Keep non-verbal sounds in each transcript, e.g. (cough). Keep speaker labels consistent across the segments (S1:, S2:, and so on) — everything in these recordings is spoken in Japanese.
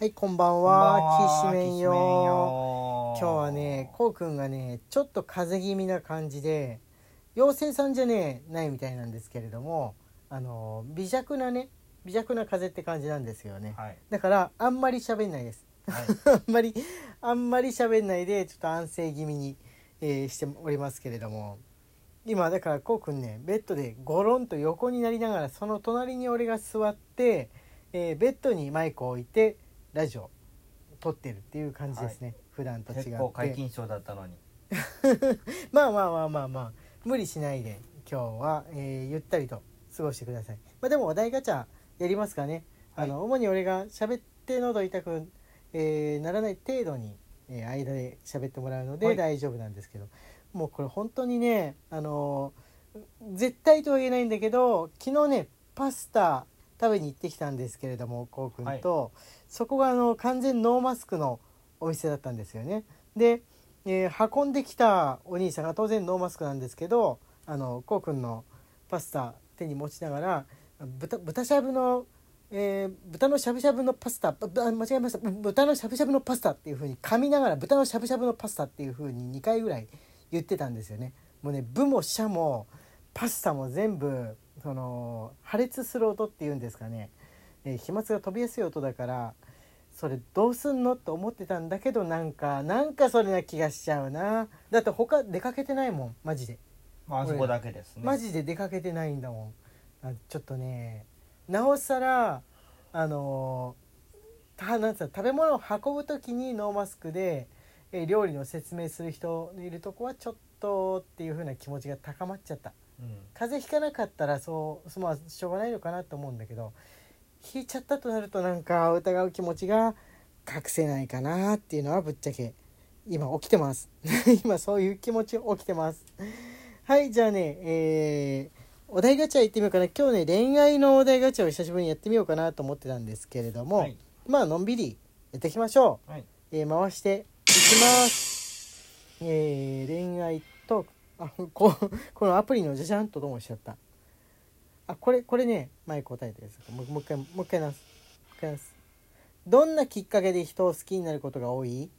S1: はい、こんばん
S2: こんばん
S1: は。きしめん
S2: きしめん
S1: よ。
S2: よ
S1: 今日はね、こうくんがね、ちょっと風邪気味な感じで、妖精さんじゃねないみたいなんですけれども、あの微弱なね、微弱な風邪って感じなんですよね。
S2: はい、
S1: だからあんまり喋んないです。
S2: はい、
S1: (laughs) あんまりあんまり喋んないでちょっと安静気味に、えーしておりますけれども今だからこうくんねベッドでゴロンと横になりながらその隣に俺が座って、えーベッドにマイクを置いてラジオ撮ってるっていう感じですね、普段と違って
S2: 結構解禁症だったのに
S1: まあまあまあまあまあ無理しないで今日は、えーゆったりと過ごしてください、まあ、でもお題ガチャやりますかね、あの主に俺が喋って喉痛く、えーならない程度に、えー間で喋ってもらうの
S2: は
S1: で
S2: い
S1: 大丈夫なんですけど、もうこれ本当にねあのー絶対とは言えないんだけど昨日ねパスタ食べに行ってきたんですけれどもこうくんと、そこがあの完全ノーマスクのお店だったんですよね。でえー運んできたお兄さんが当然ノーマスクなんですけどあのこうくんのパスタ手に持ちながら豚豚しゃぶの、えー豚のしゃぶしゃぶのパスタぶぶあ間違えましたぶ豚のしゃぶしゃぶのパスタっていう風に噛みながら豚のしゃぶしゃぶのパスタっていう風に2回ぐらい言ってたんですよね。もうね部も社もパスタも全部その破裂する音っていうんですかね、えー飛沫が飛びやすい音だからそれどうすんのと思ってたんだけどなんかなんかそれな気がしちゃうなだって他出かけてないもんマジで、
S2: まああそこだけですね
S1: マジで出かけてないんだもんあちょっとねなおさらあのーたなんつうの食べ物を運ぶ時にノーマスクで、えー料理の説明する人いるとこはちょっとっていう風な気持ちが高まっちゃった
S2: うん
S1: 風邪ひかなかったらそうそうまあしょうがないのかなと思うんだけどひいちゃったとなるとなんか疑う気持ちが隠せないかなっていうのはぶっちゃけ今起きてます (laughs) 今そういう気持ち起きてますはいじゃあねえーお題ガチャ行ってみようかな今日ね恋愛のお題ガチャを久しぶりにやってみようかなと思ってたんですけれども、
S2: はい
S1: まあのんびりやっていきましょう
S2: はい
S1: えー回していきます。えー恋愛トーク。あ、ここのアプリのじゃじゃんとどうもしちゃった。あ、これ、これね、前答えたやつ。もうもう一回、もう一回なす。もう一回なす。どんなきっかけで人を好きになることが多い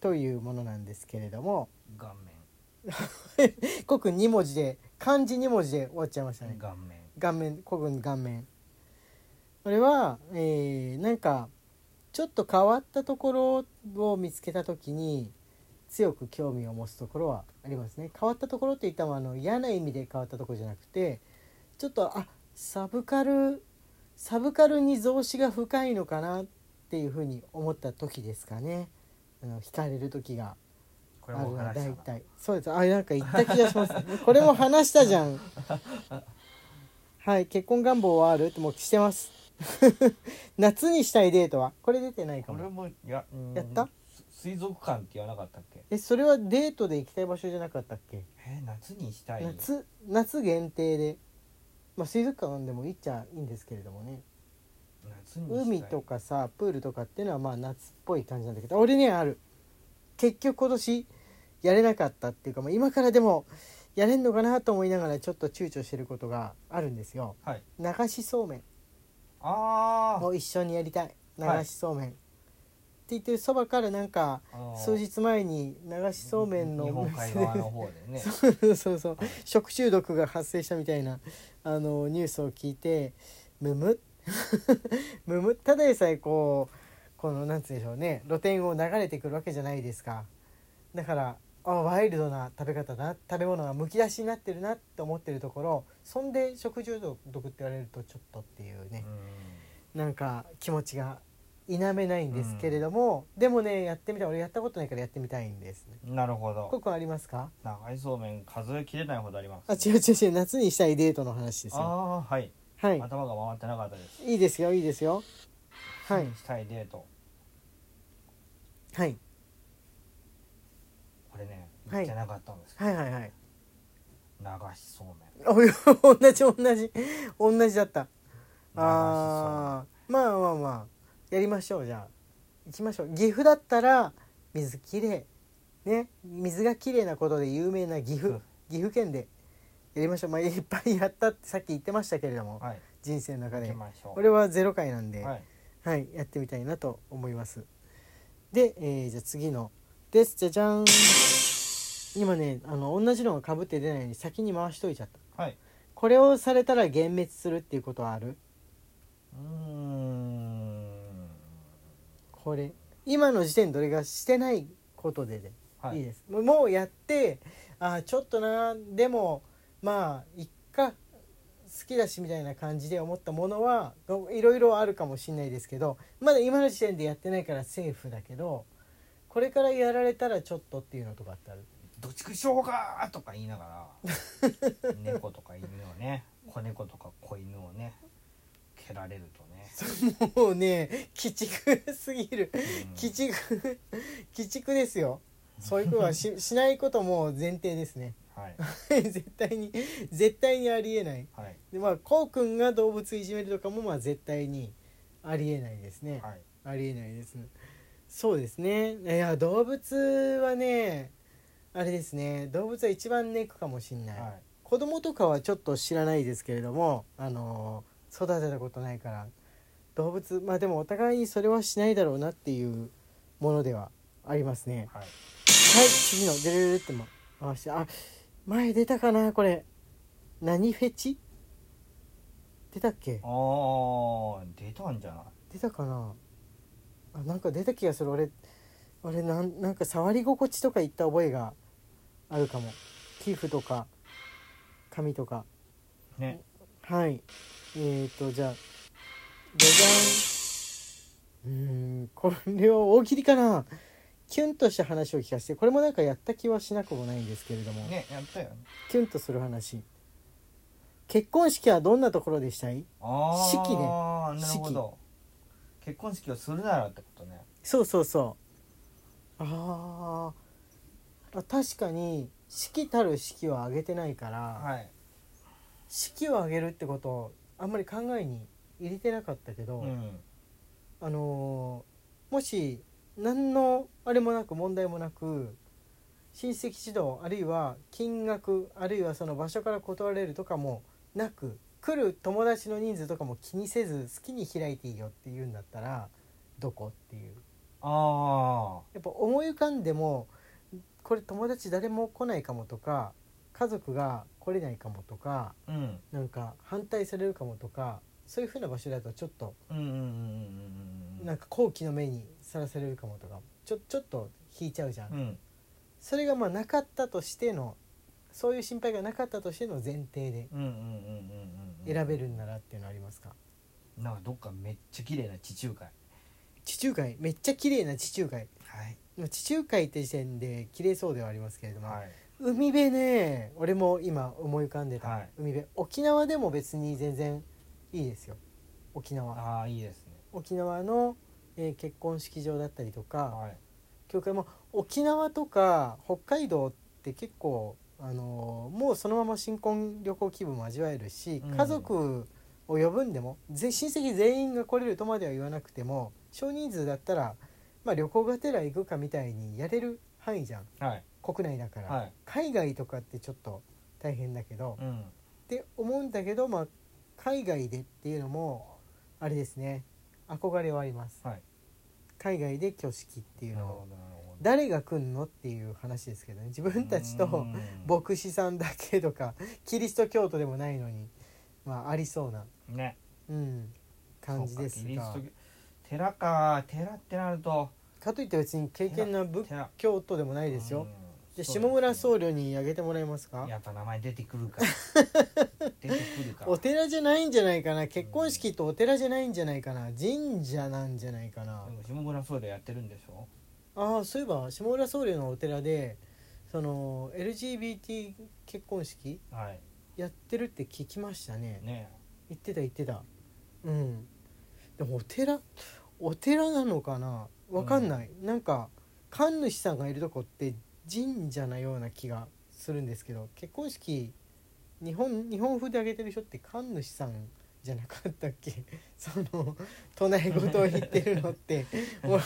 S1: というものなんですけれども、
S2: 顔
S1: コくん2文字で、漢字2文字で終わっちゃいましたね
S2: 面。顔面
S1: 顔面古軍顔面これは、えーなんかちょっと変わったところを見つけた時に強く興味を持つところはありますね変わったところって言ったのはあの嫌な意味で変わったところじゃなくてちょっとあサブカルサブカルに増資が深いのかなっていうふうに思った時ですかねあの惹かれる時が
S2: こ
S1: あ
S2: れ
S1: る
S2: も
S1: な
S2: 話し
S1: 大
S2: たな
S1: 体そうですあなんか言った気がしますこれも話したじゃんはい結婚願望はあるってもうしてます (laughs) 夏にしたいデートはこれ出てないか
S2: これ
S1: も
S2: もやうん
S1: やった
S2: 水族館って言わなかったっけ
S1: えそれはデートで行きたい場所じゃなかったっけ、
S2: えー夏にしたい
S1: 夏夏限定でまあ水族館でも行っちゃいいんですけれどもね
S2: 夏にしたい
S1: 海とかさプールとかっていうのはまあ夏っぽい感じなんだけど俺ねある結局今年やれなかったっていうか、まあ、今からでもやれんのかなと思いながらちょっと躊躇してることがあるんですよ
S2: はい
S1: 流しそうめん
S2: あー
S1: を一緒にやりたい流
S2: はい
S1: しそうめん、って言ってるそばからなんか
S2: あのー
S1: 数日前に流しそうめんの
S2: 日
S1: お
S2: 本
S1: 店
S2: 海
S1: で
S2: 側の方で (laughs) ね
S1: そう (laughs) そうそう食中毒が発生したみたいなあのニュースを聞いてむむ (laughs) むむただでさえこうこのなんつうんでしょうね露店を流れてくるわけじゃないですかだからあワイルドな食べ方だ食べ物がむき出しになってるなって思ってるところそんで食中毒って言われるとちょっとっていうね、なんか気持ちが否めないんですけれども、でもねやってみたい俺やったことないからやってみたいんですね
S2: うんなるほど
S1: ここありますか
S2: 長いそうめん数え切れないほどあります
S1: あ違う違う違う夏にしたいデートの話ですよ
S2: あーはい
S1: はい
S2: 頭が回ってなかったです
S1: いいですよいいですよはい
S2: 夏にしたいデート
S1: はい
S2: これね
S1: は
S2: 言
S1: い
S2: ってなかったんですけ
S1: はいはい (laughs) はい
S2: ど、流しそうめん
S1: お同じ同じ同じだった
S2: あ
S1: あーまあまあまあやりましょうじゃあ行きましょう岐阜だったら水きれいね水がきれいなことで有名な岐阜
S2: うん
S1: 岐阜県でやりましょうまあいっぱいやったってさっき言ってましたけれども
S2: はい
S1: 人生の中
S2: 行き
S1: で
S2: ましょう
S1: 俺はゼロ回なんで、
S2: はい
S1: はい、やってみたいなと思います。で、えーじゃあ次のです。じゃじゃん。今ね、あの同じのが被って出ないように先に回しといちゃった。
S2: はい
S1: これをされたら幻滅するっていうことはある？
S2: うーん
S1: これ今の時点どれがしてないことでで、
S2: はい
S1: い、いです。もうもうやって、あーちょっとなでもまあいっか好きだしみたいな感じで思ったものはどいろいろあるかもしれないですけど、まだ今の時点でやってないからセーフだけど、これからやられたらちょっとっていうのとかってある。
S2: どっちくしょうがとか言いながら (laughs) 猫とか犬をね子猫とか子犬をね蹴られるとね、
S1: もうね鬼畜すぎる。
S2: うん
S1: 鬼畜鬼畜ですよ。そういうことはししないことも前提ですね。 (laughs)
S2: はい
S1: 絶対に絶対にありえない
S2: はい
S1: でまあこうくんが動物いじめるとかもまあ絶対にありえないですね、
S2: はい
S1: ありえないですねそうですねいや動物はねあれですね動物は一番ネックかもしんない、
S2: はい
S1: 子供とかはちょっと知らないですけれどもあの育てたことないから動物まあでもお互いにそれはしないだろうなっていうものではありますね
S2: はい
S1: はい次のデレレレって回してあ前出たかなこれ何フェチ出たっけ
S2: あー出たんじゃない
S1: 出たかなあなんか出た気がする俺俺なんなんか触り心地とか言った覚えがあるかも皮膚とか髪とか
S2: ね
S1: はいえー、とじゃあじゃじゃんうーんこれは大喜利かなキュンとした話を聞かせてこれもなんかやった気はしなくもないんですけれども
S2: ねやったよね
S1: キュンとする話結婚式はどんなところでしたい
S2: ああ
S1: 式ね
S2: なるほど結婚式をするならってことね
S1: そうそうそうあーあ確かに式たる式は挙げてないから、
S2: はい
S1: 式を挙げるってことをあんまり考えに入れてなかったけど、
S2: うん
S1: あのーもし何のあれもなく問題もなく親戚指導あるいは金額あるいはその場所から断れるとかもなく来る友達の人数とかも気にせず好きに開いていいよって言うんだったらどこっていう
S2: あ
S1: やっぱ思い浮かんでもこれ友達誰も来ないかもとか家族が来れないかもとか
S2: あうん
S1: なんか反対されるかもとかそういう風な場所だとちょっと
S2: うんうんうんうんうん
S1: なんか好奇の目にさらされるかもとかちょちょっと引いちゃうじゃん、
S2: うんうん
S1: それがまあなかったとしてのそういう心配がなかったとしての前提で
S2: うんうんうんうんうん
S1: 選べるんならっていうのありますか
S2: なんかどっかめっちゃ綺麗な地中海
S1: 地中海めっちゃ綺麗な地中海
S2: はい
S1: 地中海って時点で綺麗そうではありますけれども、
S2: はい
S1: 海辺ね俺も今思い浮かんでた、
S2: はい
S1: 海辺沖縄でも別に全然いいですよ沖縄
S2: ああいいですね
S1: 沖縄の、えー結婚式場だったりとか、
S2: はい
S1: 教会も沖縄とか北海道って結構、あのーもうそのまま新婚旅行気分も味わえるし、
S2: うん
S1: 家族を呼ぶんでもぜ親戚全員が来れるとまでは言わなくても少人数だったら、まあ、旅行がてら行くかみたいにやれる範囲じゃん
S2: はい
S1: 国内だから、
S2: はい
S1: 海外とかってちょっと大変だけど、っ
S2: うん
S1: て思うんだけど、まあ、海外でっていうのもあれですね憧れはあります
S2: はい
S1: 海外で挙式っていう
S2: な
S1: の
S2: る
S1: を
S2: ほどなるほど
S1: 誰が来んのっていう話ですけどね自分たち
S2: う
S1: と
S2: ん
S1: 牧師さんだけとかキリスト教徒でもないのにまあありそうな、
S2: ね
S1: うん、感じで
S2: そ
S1: す
S2: うか
S1: が
S2: キリスト教寺か寺ってなると
S1: かといって別に経験な仏
S2: 寺
S1: 教徒でもないですよ。
S2: うん
S1: で下村
S2: そう
S1: 僧侶にあげてもらえます
S2: で
S1: か
S2: すねやっぱ名前出てくるから出
S1: (laughs)
S2: てくるか
S1: お
S2: ら
S1: 寺じゃないんじゃないかな結婚式とお寺じゃないんじゃないかな神社なんじゃないかな
S2: でも下村僧侶やってるんでしょ
S1: ああそういえば下村僧侶のお寺でその LGBT 結婚式
S2: はい
S1: やってるって聞きましたね
S2: ね
S1: 言ってた言ってたうんでもお寺お寺なのかなわかんない、なんか神主さんがいるとこって神社なような気がするんですけど結婚式日本日本風であげてる人って神主さんじゃなかったっけ (laughs) その唱え事を言ってるのって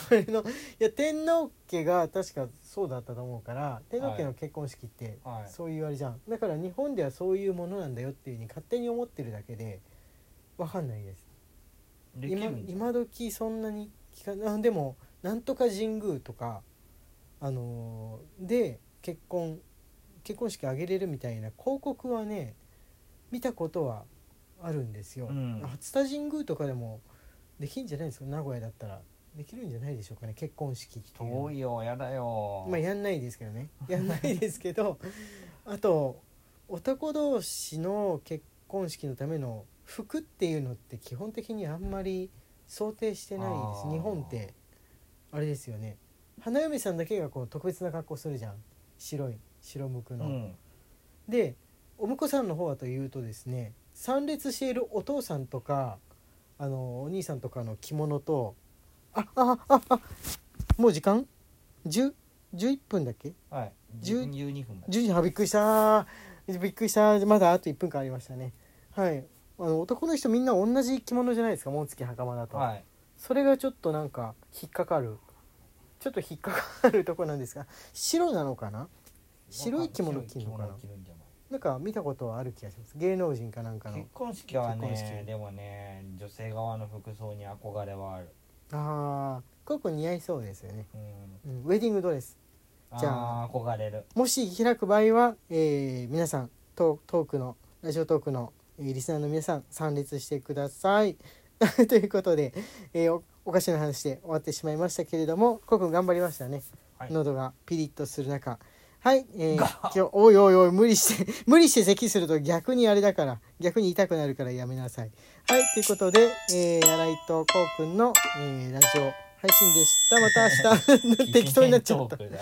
S1: 俺のいや天皇家が確かそうだったと思うから天皇家の結婚式って
S2: はい
S1: そういうあれじゃんだから日本ではそういうものなんだよっていうふうに勝手に思ってるだけでわかんないです
S2: でき
S1: 今
S2: るんじゃない
S1: 今時そんなに聞かないでもなんとか神宮とかあのーで結婚結婚式あげれるみたいな広告はね見たことはあるんですよ、
S2: うん
S1: 初田神宮とかでもできんじゃないですか名古屋だったらできるんじゃないでしょうかね結婚式っていうのは
S2: 遠いよやだよ、
S1: まあやんないですけ
S2: (laughs)
S1: どねやんないですけどあと男同士の結婚式のための服っていうのって基本的にあんまり想定してないです
S2: あー
S1: 日本ってあれですよね花嫁さんだけがこう特別な格好するじゃん白い白むく
S2: う
S1: の。
S2: ん、
S1: でお婿さんの方はというとですね参列しているお父さんとかあのお兄さんとかの着物とああああもう時間 10? 11分だっけ
S2: はい
S1: 十
S2: 12分ま
S1: ?10
S2: で
S1: 時あびっくりしたびっくりしたまだあと1分間ありましたねはいあの男の人みんな同じ着物じゃないですか紋付き袴だと、
S2: はい
S1: それがちょっとなんか引っかかるちょっと引っかかるとこなんですが白なのかな白い着物着るのかな
S2: 白い着物着るんじゃない
S1: なんか見たことはある気がします芸能人かなんかの
S2: 結婚式は
S1: 結婚
S2: ね
S1: 式
S2: でもね女性側の服装に憧れはある、
S1: ああココ似合いそうですよね、
S2: うん、
S1: うん、ウェディングドレスじ
S2: じ
S1: ゃ
S2: ゃ
S1: あ
S2: あー憧れる
S1: もし開く場合は、えー皆さんトトークのラジオトークの、えーリスナーの皆さん参列してください (laughs) ということで、えーおおかしな話で終わってしまいましたけれどもココ頑張りましたね、
S2: はい
S1: 喉がピリッとする中はい、えー
S2: が
S1: 今日おいおいおい無理して (laughs) 無理して咳すると逆にあれだから逆に痛くなるからやめなさいはい、ということで、えー、新井
S2: (laughs)
S1: とこうくんの、えーラジオ配信でした。また明日、適当になっちゃった
S2: トー。クだ